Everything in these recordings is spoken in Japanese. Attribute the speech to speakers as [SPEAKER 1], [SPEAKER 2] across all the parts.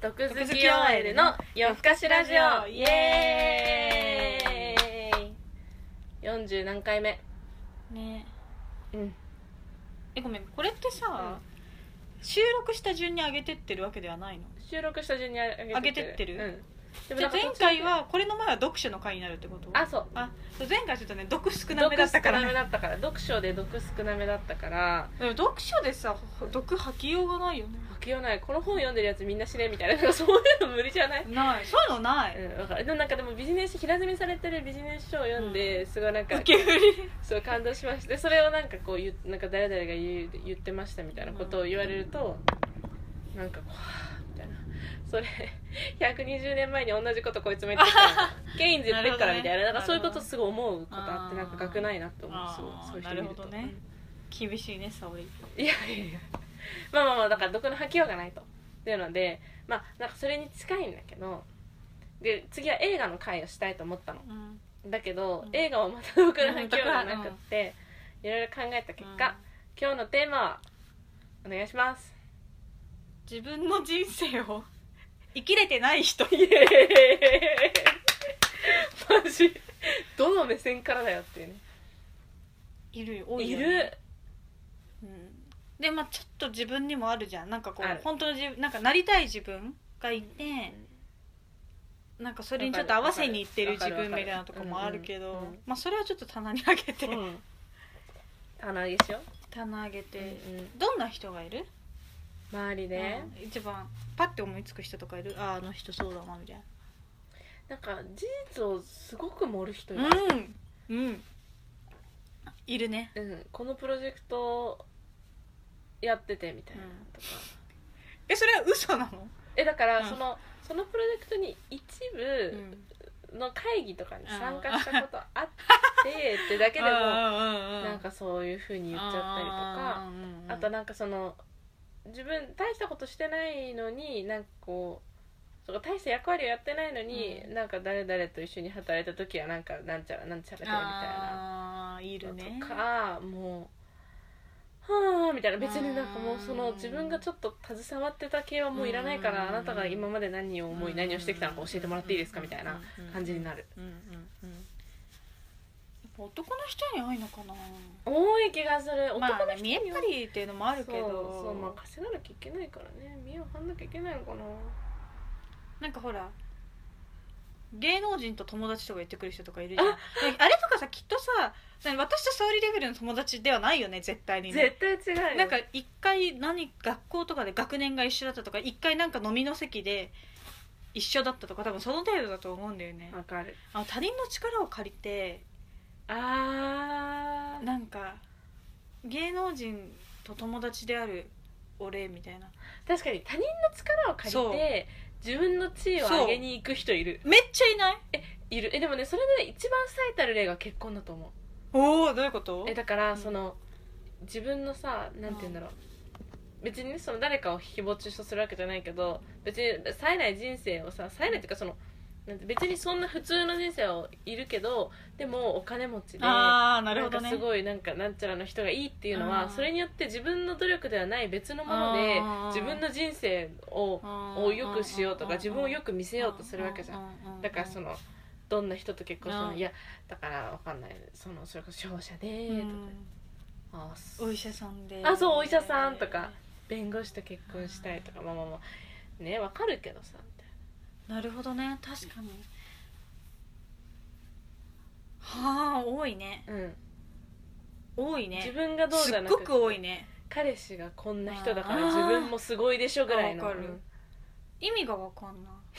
[SPEAKER 1] 毒好き OL の夜更かしラジオイエーイ40何回目
[SPEAKER 2] ね
[SPEAKER 1] うん
[SPEAKER 2] えごめんこれってさ、収録した順に上げてってるわけではないの
[SPEAKER 1] 収録した順にあげて
[SPEAKER 2] 上げてってる
[SPEAKER 1] うん
[SPEAKER 2] じ
[SPEAKER 1] で
[SPEAKER 2] ゃあ
[SPEAKER 1] も
[SPEAKER 2] 前回はこれの前は読書の回になるってこと
[SPEAKER 1] あそう
[SPEAKER 2] あそう前回ちょっとね読少なめ
[SPEAKER 1] 毒
[SPEAKER 2] だ
[SPEAKER 1] 少
[SPEAKER 2] ったから
[SPEAKER 1] なめだったから読書で毒少なめだったから
[SPEAKER 2] でも読書でさ読吐きようがないよね
[SPEAKER 1] 書きようないこの本読んでるやつみんな死ねみたいななんかそういうの無理じゃない
[SPEAKER 2] ないそういうのない、
[SPEAKER 1] うん、わかるでもなんかでもビジネス平積みされてるビジネス書を読んで、すごいなんか
[SPEAKER 2] 受け売り
[SPEAKER 1] そう感動しましたでそれをなんかこう言うなんか誰々が言う言ってましたみたいなことを言われると、なんかこうはぁみたいなそれ120年前に同じことこいつも言ってきた らケインズ言ってっからみたいな
[SPEAKER 2] な
[SPEAKER 1] な
[SPEAKER 2] る
[SPEAKER 1] んかそ
[SPEAKER 2] ほどね
[SPEAKER 1] ういうことすごい思うことあって
[SPEAKER 2] な
[SPEAKER 1] なん
[SPEAKER 2] るほど
[SPEAKER 1] か学ないなって思うすごい
[SPEAKER 2] あー
[SPEAKER 1] そういう人見る
[SPEAKER 2] なる
[SPEAKER 1] と
[SPEAKER 2] ほどね厳しいね沙織
[SPEAKER 1] いやいやいやまあまあまあだから毒の吐きようがないとっていうのでまあなんかそれに近いんだけどで次は映画の回をしたいと思ったの
[SPEAKER 2] うん
[SPEAKER 1] だけど、
[SPEAKER 2] うん
[SPEAKER 1] 映画はまた僕の発狂がなくって、いろいろ考えた結果、
[SPEAKER 2] うん
[SPEAKER 1] 今日のテーマはお願いします
[SPEAKER 2] 自分の人生を 生きれてない人
[SPEAKER 1] イエーイマジどの目線からだよっていうね
[SPEAKER 2] いるよ多い
[SPEAKER 1] い
[SPEAKER 2] よね
[SPEAKER 1] る
[SPEAKER 2] うんでまあちょっと自分にもあるじゃんなんかこ
[SPEAKER 1] ある
[SPEAKER 2] う本当の自分なんかなりたい自分がいて、なんかそれにちょっと合わせにいってる自分みたいなとこもあるけど、
[SPEAKER 1] わかるわかるうんうんうん
[SPEAKER 2] まあそれはちょっと棚に上げて、
[SPEAKER 1] うん棚上げしよ
[SPEAKER 2] 棚上げて、
[SPEAKER 1] う、うん
[SPEAKER 2] どんな人がいる、
[SPEAKER 1] 周りで、
[SPEAKER 2] うん一番パッて思いつく人とかいるあああの人そうだなみたい
[SPEAKER 1] なんか事実をすごく盛る人いる
[SPEAKER 2] なうんうんいるね
[SPEAKER 1] うん、このプロジェクトやっててみたいなとか、
[SPEAKER 2] えそれは嘘なの、
[SPEAKER 1] えだか
[SPEAKER 2] う
[SPEAKER 1] ら
[SPEAKER 2] ん
[SPEAKER 1] その、そのプロジェクトに一部、の会議とかに参加したことあってってだけでも
[SPEAKER 2] な
[SPEAKER 1] なんかそういうふうに言っちゃったりとかあとなんかその自分大したことしてないのになんかこうそうか大した役割をやってないのに、
[SPEAKER 2] う
[SPEAKER 1] なんか誰々と一緒に働いた時はなんかなんちゃらなんちゃらでみたいな
[SPEAKER 2] あーいるね
[SPEAKER 1] とかもうはあみたいな別になんかもう
[SPEAKER 2] うん
[SPEAKER 1] その自分がちょっと携わってた系はもういらないから、
[SPEAKER 2] うん
[SPEAKER 1] あなたが今まで何を思い、何をしてきたのか教えてもらっていいですかみたいな感じになる。
[SPEAKER 2] うんうんうんやっぱ男の人に多いのかな
[SPEAKER 1] 多い気がする
[SPEAKER 2] まあ
[SPEAKER 1] 男の
[SPEAKER 2] ね
[SPEAKER 1] 人
[SPEAKER 2] 見
[SPEAKER 1] に
[SPEAKER 2] えっ
[SPEAKER 1] は
[SPEAKER 2] 張りっていうのもあるけど
[SPEAKER 1] そうそうまあ稼がなきゃいけないからね見栄を張んなきゃいけないのかな
[SPEAKER 2] なんかほら芸能人と友達とか言ってくる人とかいるじゃんであれとかさきっとさ何私と沙織レベルの友達ではないよね絶対にね
[SPEAKER 1] 絶対違うよ
[SPEAKER 2] なんか一回何学校とかで学年が一緒だったとか一回なんか飲みの席で一緒だったとか多分その程度だと思うんだよね
[SPEAKER 1] わかる
[SPEAKER 2] あの他人の力を借りて
[SPEAKER 1] あー
[SPEAKER 2] なんか芸能人と友達である俺みたいな
[SPEAKER 1] 確かに他人の力を借りて自分の地位を上げに行く人いる
[SPEAKER 2] めっちゃいない
[SPEAKER 1] いるえでもねそれで一番最たる例が結婚だと思
[SPEAKER 2] おおどういうこと
[SPEAKER 1] うえだから
[SPEAKER 2] うん
[SPEAKER 1] その、自分のさなんて言うんだろう別にねその誰かを誹謗中傷するわけじゃないけど別に冴えない人生をさ冴えないっていうかそのなんて別にそんな普通の人生はいるけどでもお金持ちで
[SPEAKER 2] ああなるほど
[SPEAKER 1] な
[SPEAKER 2] ね
[SPEAKER 1] んかすごいなんかなんちゃらの人がいいっていうの
[SPEAKER 2] う
[SPEAKER 1] は
[SPEAKER 2] ん
[SPEAKER 1] それによって自分の努力ではない別のもので
[SPEAKER 2] うん
[SPEAKER 1] 自分の人生をを良くしようとか自分を良く見せようとするわけじゃん
[SPEAKER 2] ん
[SPEAKER 1] だからそのどんな人と結婚する
[SPEAKER 2] う
[SPEAKER 1] の
[SPEAKER 2] ん
[SPEAKER 1] いやだからわかんないそのそれこそ商社で
[SPEAKER 2] う
[SPEAKER 1] と
[SPEAKER 2] ん
[SPEAKER 1] かあす
[SPEAKER 2] お医者さんで
[SPEAKER 1] あそうお医者さんとか弁護士と結婚したいとかまあまあまあねわかるけどさみたい
[SPEAKER 2] なるほどね確かにはあ多いね
[SPEAKER 1] な、うん
[SPEAKER 2] 多いね
[SPEAKER 1] 自分がどう
[SPEAKER 2] す
[SPEAKER 1] じゃ
[SPEAKER 2] っ
[SPEAKER 1] なく
[SPEAKER 2] ご
[SPEAKER 1] て
[SPEAKER 2] く多いね
[SPEAKER 1] 彼氏がこんな人だか
[SPEAKER 2] あー
[SPEAKER 1] ら自分もすごいでしょぐらいの
[SPEAKER 2] あわかる
[SPEAKER 1] うん
[SPEAKER 2] 意味がわかんない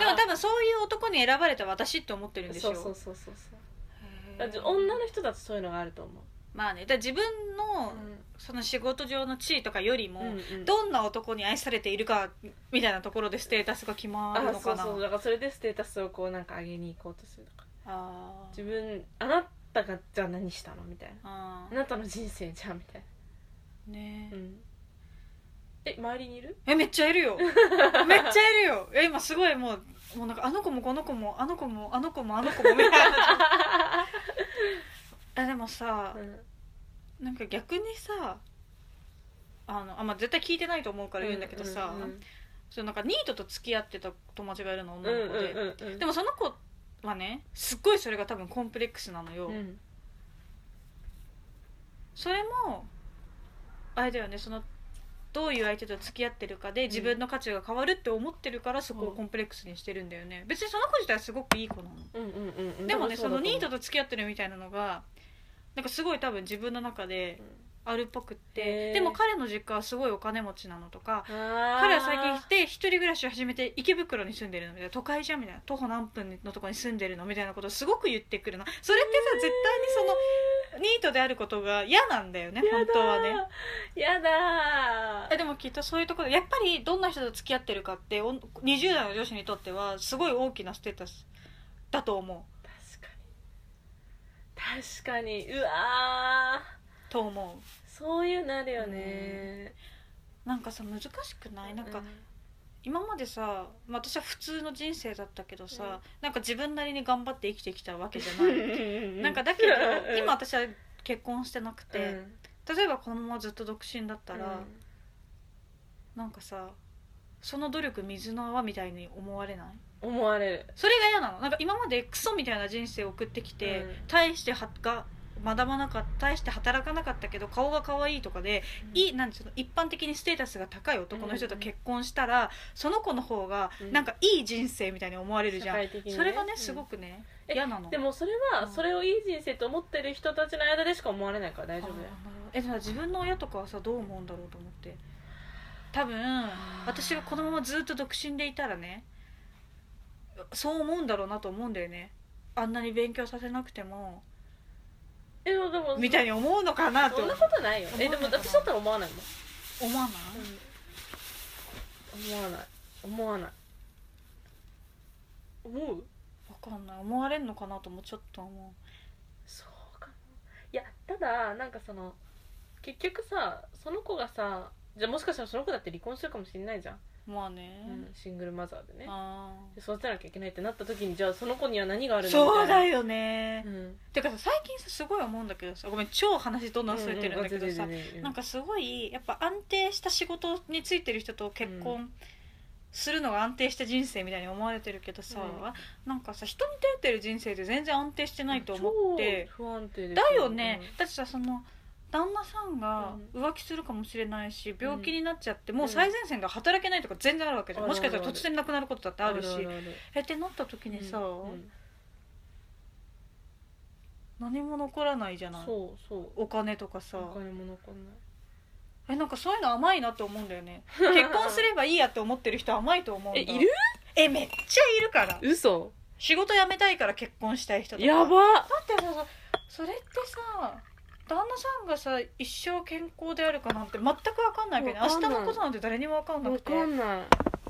[SPEAKER 2] でも多分そういう男に選ばれた私って思ってるんでし
[SPEAKER 1] そ
[SPEAKER 2] ょ
[SPEAKER 1] うそうそうそうそう
[SPEAKER 2] へ
[SPEAKER 1] だって
[SPEAKER 2] ー
[SPEAKER 1] 女の人だとそういうのがあると思う、
[SPEAKER 2] まあねだから自分のその仕事上の地位とかよりも、
[SPEAKER 1] うんうん
[SPEAKER 2] どんな男に愛されているかみたいなところでステータスが決まる
[SPEAKER 1] あ
[SPEAKER 2] の
[SPEAKER 1] そ
[SPEAKER 2] か
[SPEAKER 1] う
[SPEAKER 2] な
[SPEAKER 1] そうだからそれでステータスをこうなんか上げに行こうとするとか
[SPEAKER 2] あー
[SPEAKER 1] 自分あなたがじゃあ何したのみたいな
[SPEAKER 2] あ
[SPEAKER 1] あなたの人生じゃんみたい
[SPEAKER 2] ーね
[SPEAKER 1] な、うん、え周りにいる
[SPEAKER 2] えめっちゃいる よめっちゃいるよえ今すごいもうもうなんかあの子もこの子もあの子もあの子もあの子もみたい なえでもさ
[SPEAKER 1] うん
[SPEAKER 2] なんか逆にさあのあ、まあ、絶対聞いてないと思うから言うんだけどさ、
[SPEAKER 1] うんうん
[SPEAKER 2] そうなんかニートと付き合ってた友達がいるの
[SPEAKER 1] う
[SPEAKER 2] 女
[SPEAKER 1] んうん
[SPEAKER 2] の子で、
[SPEAKER 1] うんうん
[SPEAKER 2] でもその子はねすっごいそれが多分コンプレックスなのよ、
[SPEAKER 1] うん
[SPEAKER 2] それもあれだよねそのどういう相手と付き合ってるかで自分の価値が変わるって思ってるからそこをコンプレックスにしてるんだよね別にその子自体はすごくいい子なの
[SPEAKER 1] うんうんうんうん
[SPEAKER 2] でもねそのニート
[SPEAKER 1] と
[SPEAKER 2] と付き合ってるみたいなのがなんかすごい多分自分の中であるっぽくっ
[SPEAKER 1] へ
[SPEAKER 2] て
[SPEAKER 1] ー
[SPEAKER 2] でも彼の実家はすごいお金持ちなのとか彼
[SPEAKER 1] 彼
[SPEAKER 2] は最近来て一人暮らしを始めて池袋に住んでるのみたいな都会じゃんみたいな徒歩何分のとこに住んでるのみたいなことをすごく言ってくるなそれってさ絶対にそのニートであることが嫌なんだよね本当はね
[SPEAKER 1] やだ
[SPEAKER 2] え
[SPEAKER 1] ー
[SPEAKER 2] でもきっとそういうところでやっぱりどんな人と付き合ってるかっておん20代の女子にとってはすごい大きなステータスだと思う
[SPEAKER 1] 確かに確かにうわ
[SPEAKER 2] と思
[SPEAKER 1] ーそういうなるよね
[SPEAKER 2] うなんかさ難しくないなんか
[SPEAKER 1] う
[SPEAKER 2] 今までさまあ私は普通の人生だったけどさ、なんか自分なりに頑張って生きてきたわけじゃない
[SPEAKER 1] ん
[SPEAKER 2] なんかだけ
[SPEAKER 1] う
[SPEAKER 2] ど
[SPEAKER 1] ん
[SPEAKER 2] 今私は結婚してなくて、
[SPEAKER 1] うん
[SPEAKER 2] 例えばこのままずっと独身だったら、
[SPEAKER 1] うん
[SPEAKER 2] なんかさその努力水の泡みたいに思われない
[SPEAKER 1] 思われる
[SPEAKER 2] それが嫌なのなんか今までクソみたいな人生を送ってきて、
[SPEAKER 1] うん
[SPEAKER 2] 大してはが学ばなかった大して働かなかったけど顔が可愛いとかで、いいなんていうの一般的にステータスが高い男の人と結婚したら、その子の方が
[SPEAKER 1] うん
[SPEAKER 2] なんかいい人生みたいに思われるじゃん、
[SPEAKER 1] 社会的にね
[SPEAKER 2] それがね
[SPEAKER 1] うん
[SPEAKER 2] すごくね、
[SPEAKER 1] え
[SPEAKER 2] 嫌なの
[SPEAKER 1] でもそれ
[SPEAKER 2] う
[SPEAKER 1] は
[SPEAKER 2] ん
[SPEAKER 1] それをいい人生と思ってる人たちの間でしか思われないから大丈夫だよ
[SPEAKER 2] あーなるほどえじゃあ自分の親とかはさどう思うんだろうと思って多分
[SPEAKER 1] ー
[SPEAKER 2] 私がこのままずっと独身でいたらねそう思うんだろうなと思うんだよねあんなに勉強させなくても
[SPEAKER 1] えでもでも
[SPEAKER 2] みたいに思うのかなと
[SPEAKER 1] そんなことないよえ
[SPEAKER 2] 思
[SPEAKER 1] でも
[SPEAKER 2] わないか
[SPEAKER 1] 私
[SPEAKER 2] な
[SPEAKER 1] だったら思わないもん
[SPEAKER 2] 思わない、
[SPEAKER 1] 思わない思わない思う
[SPEAKER 2] 分かんない思われんのかなともちょっと思
[SPEAKER 1] そうかないやただなんかその結局さその子がさじゃあもしかしたらその子だって離婚するかもしれないじゃん、
[SPEAKER 2] うまあね、
[SPEAKER 1] うんシングルマザーでね
[SPEAKER 2] あ
[SPEAKER 1] で育てなきゃいけないってなった時にじゃあその子には何があ
[SPEAKER 2] ー
[SPEAKER 1] るの
[SPEAKER 2] そうだ
[SPEAKER 1] よ、
[SPEAKER 2] よね、
[SPEAKER 1] うん、
[SPEAKER 2] てかさ最近さすごい思うんだけどさごめん超話どんどん忘れてるんだけどさ、
[SPEAKER 1] うんうん忘れてるね
[SPEAKER 2] なんかすごいやっぱ安定した仕事についてる人と結婚するのが安定した人生みたいに思われてるけどさ、なんかさ人に出てる人生で全然安定してないと思って
[SPEAKER 1] 超不安定です
[SPEAKER 2] だよね、だってさその旦那さんが浮気するかもしれないし、病気になっちゃってもう最前線で働けないとか全然あるわけじゃん、
[SPEAKER 1] うん
[SPEAKER 2] もしかしたら突然亡くなることだってあるし、
[SPEAKER 1] ある
[SPEAKER 2] えってなった時にさ、
[SPEAKER 1] うんうん
[SPEAKER 2] 何も残らないじゃない
[SPEAKER 1] そうそう
[SPEAKER 2] お金とかさ
[SPEAKER 1] お金も残んない
[SPEAKER 2] えなんかそういうの甘いなって思うんだ よね結婚すればいいやって思ってる人甘いと思うんだ
[SPEAKER 1] えいる
[SPEAKER 2] えめっちゃいるから
[SPEAKER 1] 嘘
[SPEAKER 2] 仕事辞めたいから結婚したい人とか
[SPEAKER 1] やば
[SPEAKER 2] だってさそれってさ旦那さんがさ一生健康であるかなんて全く分かんないけど、
[SPEAKER 1] わか
[SPEAKER 2] 明
[SPEAKER 1] んな
[SPEAKER 2] 日
[SPEAKER 1] い
[SPEAKER 2] のことなんて誰にも分かんな
[SPEAKER 1] わ
[SPEAKER 2] くて
[SPEAKER 1] かんない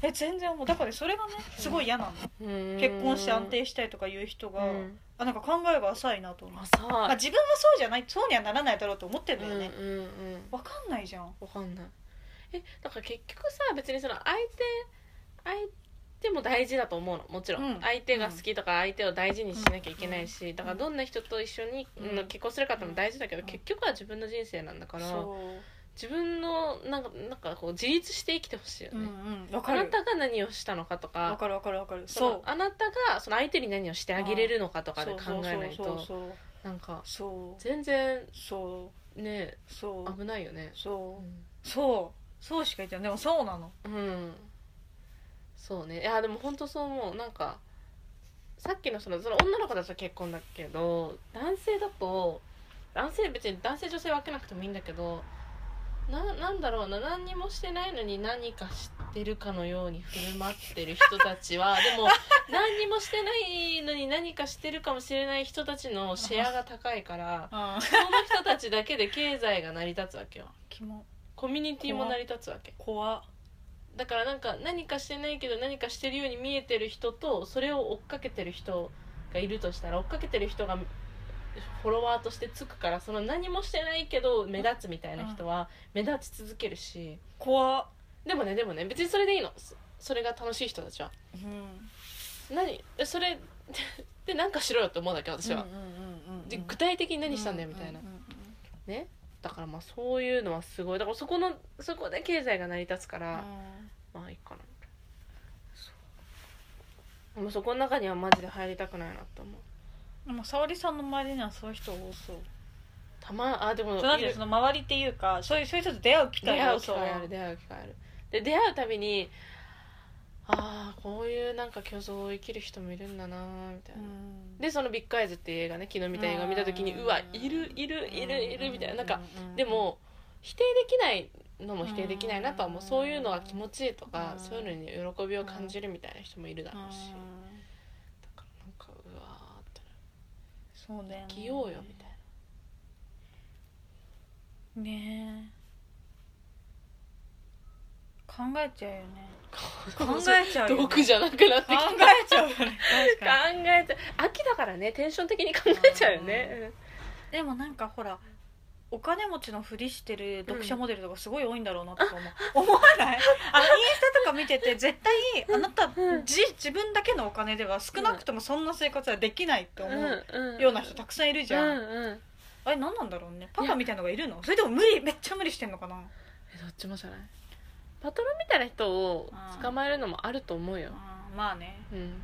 [SPEAKER 2] え全然もうだからそれがねすごい嫌なの結
[SPEAKER 1] 結
[SPEAKER 2] 婚して安定したいとかいう人が、
[SPEAKER 1] うん、
[SPEAKER 2] あなんか考えが浅いなと思う、
[SPEAKER 1] 浅い、
[SPEAKER 2] まあ、自分はそうじゃないそうにはならないだろうと思ってんだよね、
[SPEAKER 1] うんうんうん
[SPEAKER 2] 分かんないじゃん
[SPEAKER 1] わかんないえだから結局さ別にその相手相手も大事だと思うのもちろん、
[SPEAKER 2] うん
[SPEAKER 1] 相手が好きとか相手を大事にしなきゃいけないし、だからどんな人と一緒に、
[SPEAKER 2] うん
[SPEAKER 1] うん結婚するかっても大事だけど、
[SPEAKER 2] うん
[SPEAKER 1] 結局は自分の人生なんだから
[SPEAKER 2] そう
[SPEAKER 1] 自分のなんかなんかこう自立して生きてほしいよね、
[SPEAKER 2] うんうんわ
[SPEAKER 1] あ
[SPEAKER 2] か
[SPEAKER 1] な
[SPEAKER 2] る
[SPEAKER 1] たが何をしたのかと
[SPEAKER 2] わ
[SPEAKER 1] か
[SPEAKER 2] かるわかるわかる
[SPEAKER 1] その
[SPEAKER 2] そう
[SPEAKER 1] あなたがその相手に何をしてあげれるのかとかで考えない
[SPEAKER 2] そう
[SPEAKER 1] と
[SPEAKER 2] そう
[SPEAKER 1] なんか
[SPEAKER 2] そう
[SPEAKER 1] 全然
[SPEAKER 2] そう
[SPEAKER 1] ね
[SPEAKER 2] そうそう
[SPEAKER 1] 危ないよね
[SPEAKER 2] そうそうそうしか言ってないでもそうなの
[SPEAKER 1] うんそうねいやでも本当そう思うなんかさっきのそのその女の子だと結婚だけど男性だと男性別に男性女性分けなくてもいいんだけどななんだろうな何にもしてないのに何かしてるかのように振る舞ってる人たちはでも何にもしてないのに何かしてるかもしれない人たちのシェアが高いから
[SPEAKER 2] あ
[SPEAKER 1] その人たちだけで経済が成り立つわけよ
[SPEAKER 2] キモ
[SPEAKER 1] コミュニティも成り立つわけ
[SPEAKER 2] 怖
[SPEAKER 1] だからなんか何かしてないけど何かしてるように見えてる人とそれを追っかけてる人がいるとしたら追っかけてる人がフォロワーとしてつくからその何もしてないけど目立つみたいな人は目立ち続けるし
[SPEAKER 2] 怖
[SPEAKER 1] でもねでもね別にそれでいいのそそれが楽しい人たちは
[SPEAKER 2] うん
[SPEAKER 1] 何えそれで何かしろよって思うだけ私は
[SPEAKER 2] うん、うんうんうん
[SPEAKER 1] で具体的に何したんだよみたいな、
[SPEAKER 2] うんうんうん
[SPEAKER 1] ねだからまあそういうのはすごいだからそこのそこで経済が成り立つか
[SPEAKER 2] う
[SPEAKER 1] ら、
[SPEAKER 2] ん
[SPEAKER 1] まあいいかなみたいなもうそこの中にはマジで入りたくないなと思う
[SPEAKER 2] でも沙織さんの周りにはそういう人多そう
[SPEAKER 1] たまあでも
[SPEAKER 2] そうなん
[SPEAKER 1] い
[SPEAKER 2] で
[SPEAKER 1] る
[SPEAKER 2] その周りっていうかそういうそういう人と出会う機
[SPEAKER 1] 出
[SPEAKER 2] 会
[SPEAKER 1] 会
[SPEAKER 2] が
[SPEAKER 1] う
[SPEAKER 2] 多
[SPEAKER 1] 機
[SPEAKER 2] そう
[SPEAKER 1] 会ある出会う機会あるで出会うたびにああこういうなんか虚像を生きる人もいるんだなーみたいうな、
[SPEAKER 2] ん
[SPEAKER 1] でその「ビッグアイズ」っていう映画ね昨日見た映画見た時に
[SPEAKER 2] うん
[SPEAKER 1] うわいるいるいるいるみたいななんか
[SPEAKER 2] うん
[SPEAKER 1] でも否定できないのも否定できないなとは思う
[SPEAKER 2] うん
[SPEAKER 1] そういうのは気持ちいいとか
[SPEAKER 2] うん
[SPEAKER 1] そういうのに喜びを感じるみたいな人もいるだ
[SPEAKER 2] う
[SPEAKER 1] ろ
[SPEAKER 2] ん
[SPEAKER 1] うしだからなんかうわーって
[SPEAKER 2] そうだよね
[SPEAKER 1] 生きようよみたいな
[SPEAKER 2] ねえ考えちゃうよね考えちゃうよね
[SPEAKER 1] 毒じゃなくなって
[SPEAKER 2] 考
[SPEAKER 1] きた
[SPEAKER 2] えちゃうよね確
[SPEAKER 1] 考
[SPEAKER 2] かに
[SPEAKER 1] えちゃう秋だからねテンション的に考えちゃうよね
[SPEAKER 2] でもなんかほらお金持ちのふりしてる読者モデルとかすごい多いんだろうなとか思う、思わないあのインスタとか見てて絶対あなた、
[SPEAKER 1] うん
[SPEAKER 2] じ自分だけのお金では少なくともそんな生活はできないって
[SPEAKER 1] う
[SPEAKER 2] 思
[SPEAKER 1] ん
[SPEAKER 2] う
[SPEAKER 1] うん
[SPEAKER 2] ような人たくさんいるじゃん、
[SPEAKER 1] うんうん
[SPEAKER 2] あれ何なんだろうねパパみたいのがいるのそれでも無理めっちゃ無理してんのかな
[SPEAKER 1] えどっちもじゃないパトロンみたいな人を捕まえるのもあると思うよ、
[SPEAKER 2] あーまあね
[SPEAKER 1] うん、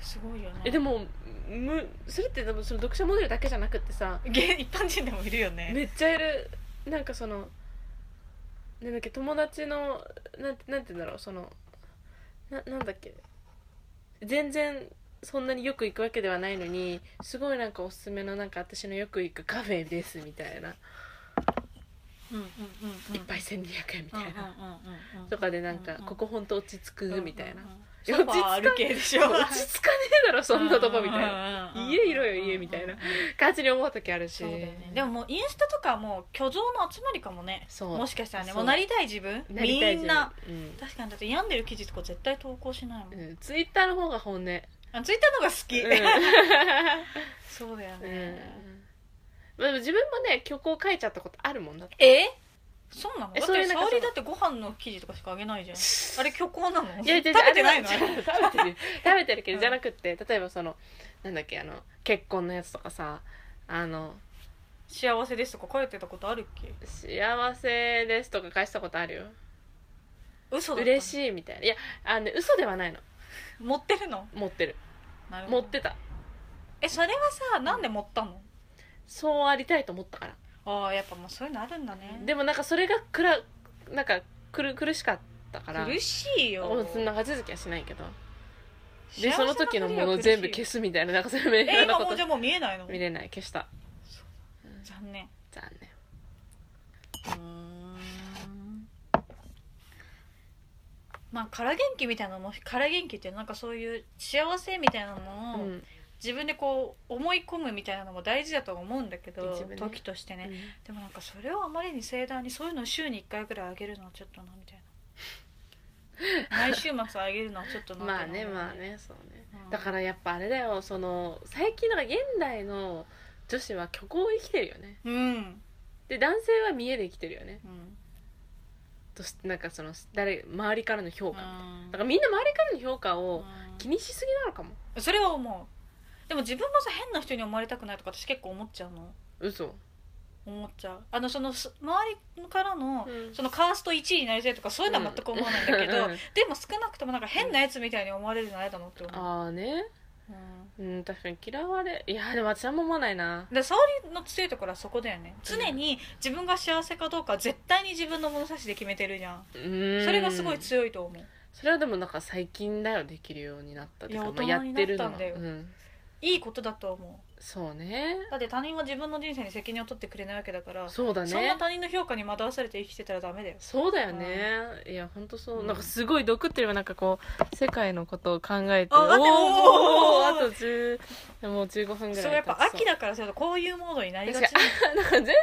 [SPEAKER 2] すごいよね
[SPEAKER 1] えでもむそれって多分その読者モデルだけじゃなくってさ
[SPEAKER 2] げ一般人でもいるよね
[SPEAKER 1] めっちゃいるなんかそのなんだっけ友達のなんてなんて言うんだろうそのななんだっけ全然そんなによく行くわけではないのにすごいなんかおすすめのなんか私のよく行くカフェですみたいな
[SPEAKER 2] うんうんうんうん
[SPEAKER 1] 一杯1200円みたいな、
[SPEAKER 2] うんうんうんうん
[SPEAKER 1] とかでなんか、
[SPEAKER 2] うんうん
[SPEAKER 1] ここ本当落ち着くみたいな、
[SPEAKER 2] うんうんうんソファーある系でしょ
[SPEAKER 1] 落ち着かねえだろそんなとこみたいな
[SPEAKER 2] な
[SPEAKER 1] 家いろよ家みたいな感じに思う時あるし
[SPEAKER 2] そうだよねでももうインスタとかはもう虚像の集まりかもね
[SPEAKER 1] そう
[SPEAKER 2] もしかしたらね
[SPEAKER 1] そう
[SPEAKER 2] もうなりたい自分
[SPEAKER 1] なりたい
[SPEAKER 2] み
[SPEAKER 1] じゃ
[SPEAKER 2] んな
[SPEAKER 1] うん
[SPEAKER 2] 確かにだって病んでる記事とか絶対投稿しないもん、
[SPEAKER 1] うん、ツイッターの方が本音、
[SPEAKER 2] あツイッターの方が好き、そうだよ
[SPEAKER 1] うん
[SPEAKER 2] ね、
[SPEAKER 1] まあ、でも自分もね曲を書いちゃったことあるもんだって
[SPEAKER 2] えそうなのだ
[SPEAKER 1] え
[SPEAKER 2] っ
[SPEAKER 1] そうい
[SPEAKER 2] て
[SPEAKER 1] うなん
[SPEAKER 2] 沙
[SPEAKER 1] かその
[SPEAKER 2] 織だってご飯の記事とかしかあげな いじゃんあれ虚構なの
[SPEAKER 1] いやい
[SPEAKER 2] 食べ
[SPEAKER 1] や
[SPEAKER 2] てないの
[SPEAKER 1] あれ は違う食べてる食べてるけ
[SPEAKER 2] う
[SPEAKER 1] ど
[SPEAKER 2] ん
[SPEAKER 1] じゃなくって例えばそのなんだっけあの結婚のやつとかさあの
[SPEAKER 2] 幸せですとか書いてたことあるっけ
[SPEAKER 1] 幸せですとか返したことあるよ
[SPEAKER 2] 嘘だったの
[SPEAKER 1] 嬉しいみたいないやあの、ね、嘘ではないの
[SPEAKER 2] 持ってるの
[SPEAKER 1] 持ってる
[SPEAKER 2] なるほ
[SPEAKER 1] 持
[SPEAKER 2] ど
[SPEAKER 1] ってた
[SPEAKER 2] えそれはさなんで持ったの
[SPEAKER 1] そうありたいと思ったから
[SPEAKER 2] ああやっぱもうそういうのあるんだね
[SPEAKER 1] でもなんかそれがくらなんかくる苦しかったから
[SPEAKER 2] 苦しいよ
[SPEAKER 1] もうそんな長続きはしないけど
[SPEAKER 2] 幸
[SPEAKER 1] で
[SPEAKER 2] せ
[SPEAKER 1] その時のものを全部消
[SPEAKER 2] す
[SPEAKER 1] すみたいななんかそういうい
[SPEAKER 2] え
[SPEAKER 1] ろんな
[SPEAKER 2] 今
[SPEAKER 1] こ
[SPEAKER 2] もう
[SPEAKER 1] と
[SPEAKER 2] じゃあもう見えないの
[SPEAKER 1] 見れない消した
[SPEAKER 2] 残念
[SPEAKER 1] 残念
[SPEAKER 2] まあ空元気みたいなのも空元気ってなんかそういう幸せみたいなのを
[SPEAKER 1] うん
[SPEAKER 2] 自分でこう思い込むみたいなのも大事だとは思うんだけど
[SPEAKER 1] 自分で
[SPEAKER 2] 時としてね
[SPEAKER 1] うん
[SPEAKER 2] でもなんかそれをあまりに盛大にそういうのを週に1回ぐらいあげるのはちょっとなみたいな毎週末あげるのはちょっとな
[SPEAKER 1] まあね
[SPEAKER 2] みたいな
[SPEAKER 1] まあねそうね
[SPEAKER 2] うん
[SPEAKER 1] だからやっぱあれだよその最近なんか現代の女子は虚構を生きてるよね
[SPEAKER 2] うん
[SPEAKER 1] で男性は見栄で生きてるよね
[SPEAKER 2] うん
[SPEAKER 1] としなんかその誰周りからの評価
[SPEAKER 2] うん
[SPEAKER 1] だからみんな周りからの評価を
[SPEAKER 2] うん
[SPEAKER 1] 気にしすぎなのかも
[SPEAKER 2] それは思うでも自分もさ変な人に思われたくないとか私結構思っちゃうの
[SPEAKER 1] 嘘
[SPEAKER 2] 思っちゃうあのそのす周りからの、
[SPEAKER 1] うん
[SPEAKER 2] そのカースト1位になりたいとかそういうのは全く思わないんだけど、
[SPEAKER 1] うん
[SPEAKER 2] でも少なくともなんか変なやつみたいに思われるのは嫌だなって思う、
[SPEAKER 1] ああね
[SPEAKER 2] うん
[SPEAKER 1] うん確かに嫌われいやでも私はも思わないな
[SPEAKER 2] で沙織の強いところはそこだよね常に自分が幸せかどうかは絶対に自分の物差しで決めてるじゃん
[SPEAKER 1] そ
[SPEAKER 2] それ
[SPEAKER 1] れ
[SPEAKER 2] がすごい強いと思う
[SPEAKER 1] それはでもなんか最近だよできるようになったっていうか
[SPEAKER 2] いや
[SPEAKER 1] まあ
[SPEAKER 2] 大人になったんだよ
[SPEAKER 1] やってるのうん
[SPEAKER 2] いいことだと思
[SPEAKER 1] そうね
[SPEAKER 2] うだって他人は自分の人生に責任を取ってくれないわけだから
[SPEAKER 1] そうだ
[SPEAKER 2] そんな
[SPEAKER 1] ね
[SPEAKER 2] 他人の評価に惑わされて生きてたらダメだよ
[SPEAKER 1] そうだよねいや本当そう、
[SPEAKER 2] うん
[SPEAKER 1] なんかすごい毒っていうよりはなんかこう世界のことを考えて
[SPEAKER 2] あ待って
[SPEAKER 1] おー
[SPEAKER 2] もう
[SPEAKER 1] あと10もう15分ぐらい
[SPEAKER 2] そうやっぱ秋
[SPEAKER 1] だ
[SPEAKER 2] だからするとこういうモードになりがち
[SPEAKER 1] 確かになんか全然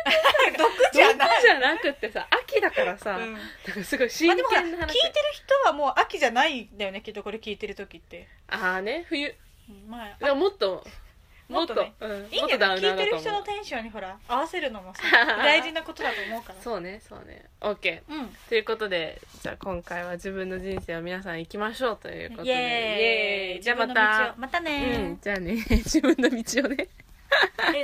[SPEAKER 2] 毒じゃない、
[SPEAKER 1] 毒じゃなくってさ秋だからさ、
[SPEAKER 2] うん
[SPEAKER 1] なんかすごい
[SPEAKER 2] ま
[SPEAKER 1] 真
[SPEAKER 2] あ、でもほら聞い
[SPEAKER 1] 剣
[SPEAKER 2] て
[SPEAKER 1] な
[SPEAKER 2] る
[SPEAKER 1] 話、
[SPEAKER 2] 人はもう秋じゃないんだよねきっとこれ聞いてる時って、
[SPEAKER 1] あ、あーね冬
[SPEAKER 2] うんまあ
[SPEAKER 1] だからもっと
[SPEAKER 2] も
[SPEAKER 1] も
[SPEAKER 2] っ
[SPEAKER 1] っ
[SPEAKER 2] と
[SPEAKER 1] と
[SPEAKER 2] ね
[SPEAKER 1] うん
[SPEAKER 2] いい
[SPEAKER 1] も
[SPEAKER 2] んだ
[SPEAKER 1] っとダ
[SPEAKER 2] よ
[SPEAKER 1] ウ
[SPEAKER 2] ね
[SPEAKER 1] ナー
[SPEAKER 2] 聞いてる
[SPEAKER 1] だと
[SPEAKER 2] 人
[SPEAKER 1] 思
[SPEAKER 2] の
[SPEAKER 1] う
[SPEAKER 2] テンションにほら合わせるのもさ 大事なことだと思うから
[SPEAKER 1] そうねそうね OK
[SPEAKER 2] うん
[SPEAKER 1] ということでじゃあ今回は自分の人生を皆さん行きましょうということで
[SPEAKER 2] イエーイ
[SPEAKER 1] イエーイじゃあまた
[SPEAKER 2] 自分の道をま た
[SPEAKER 1] う
[SPEAKER 2] ね
[SPEAKER 1] んじゃあね自分の道をね
[SPEAKER 2] ー、え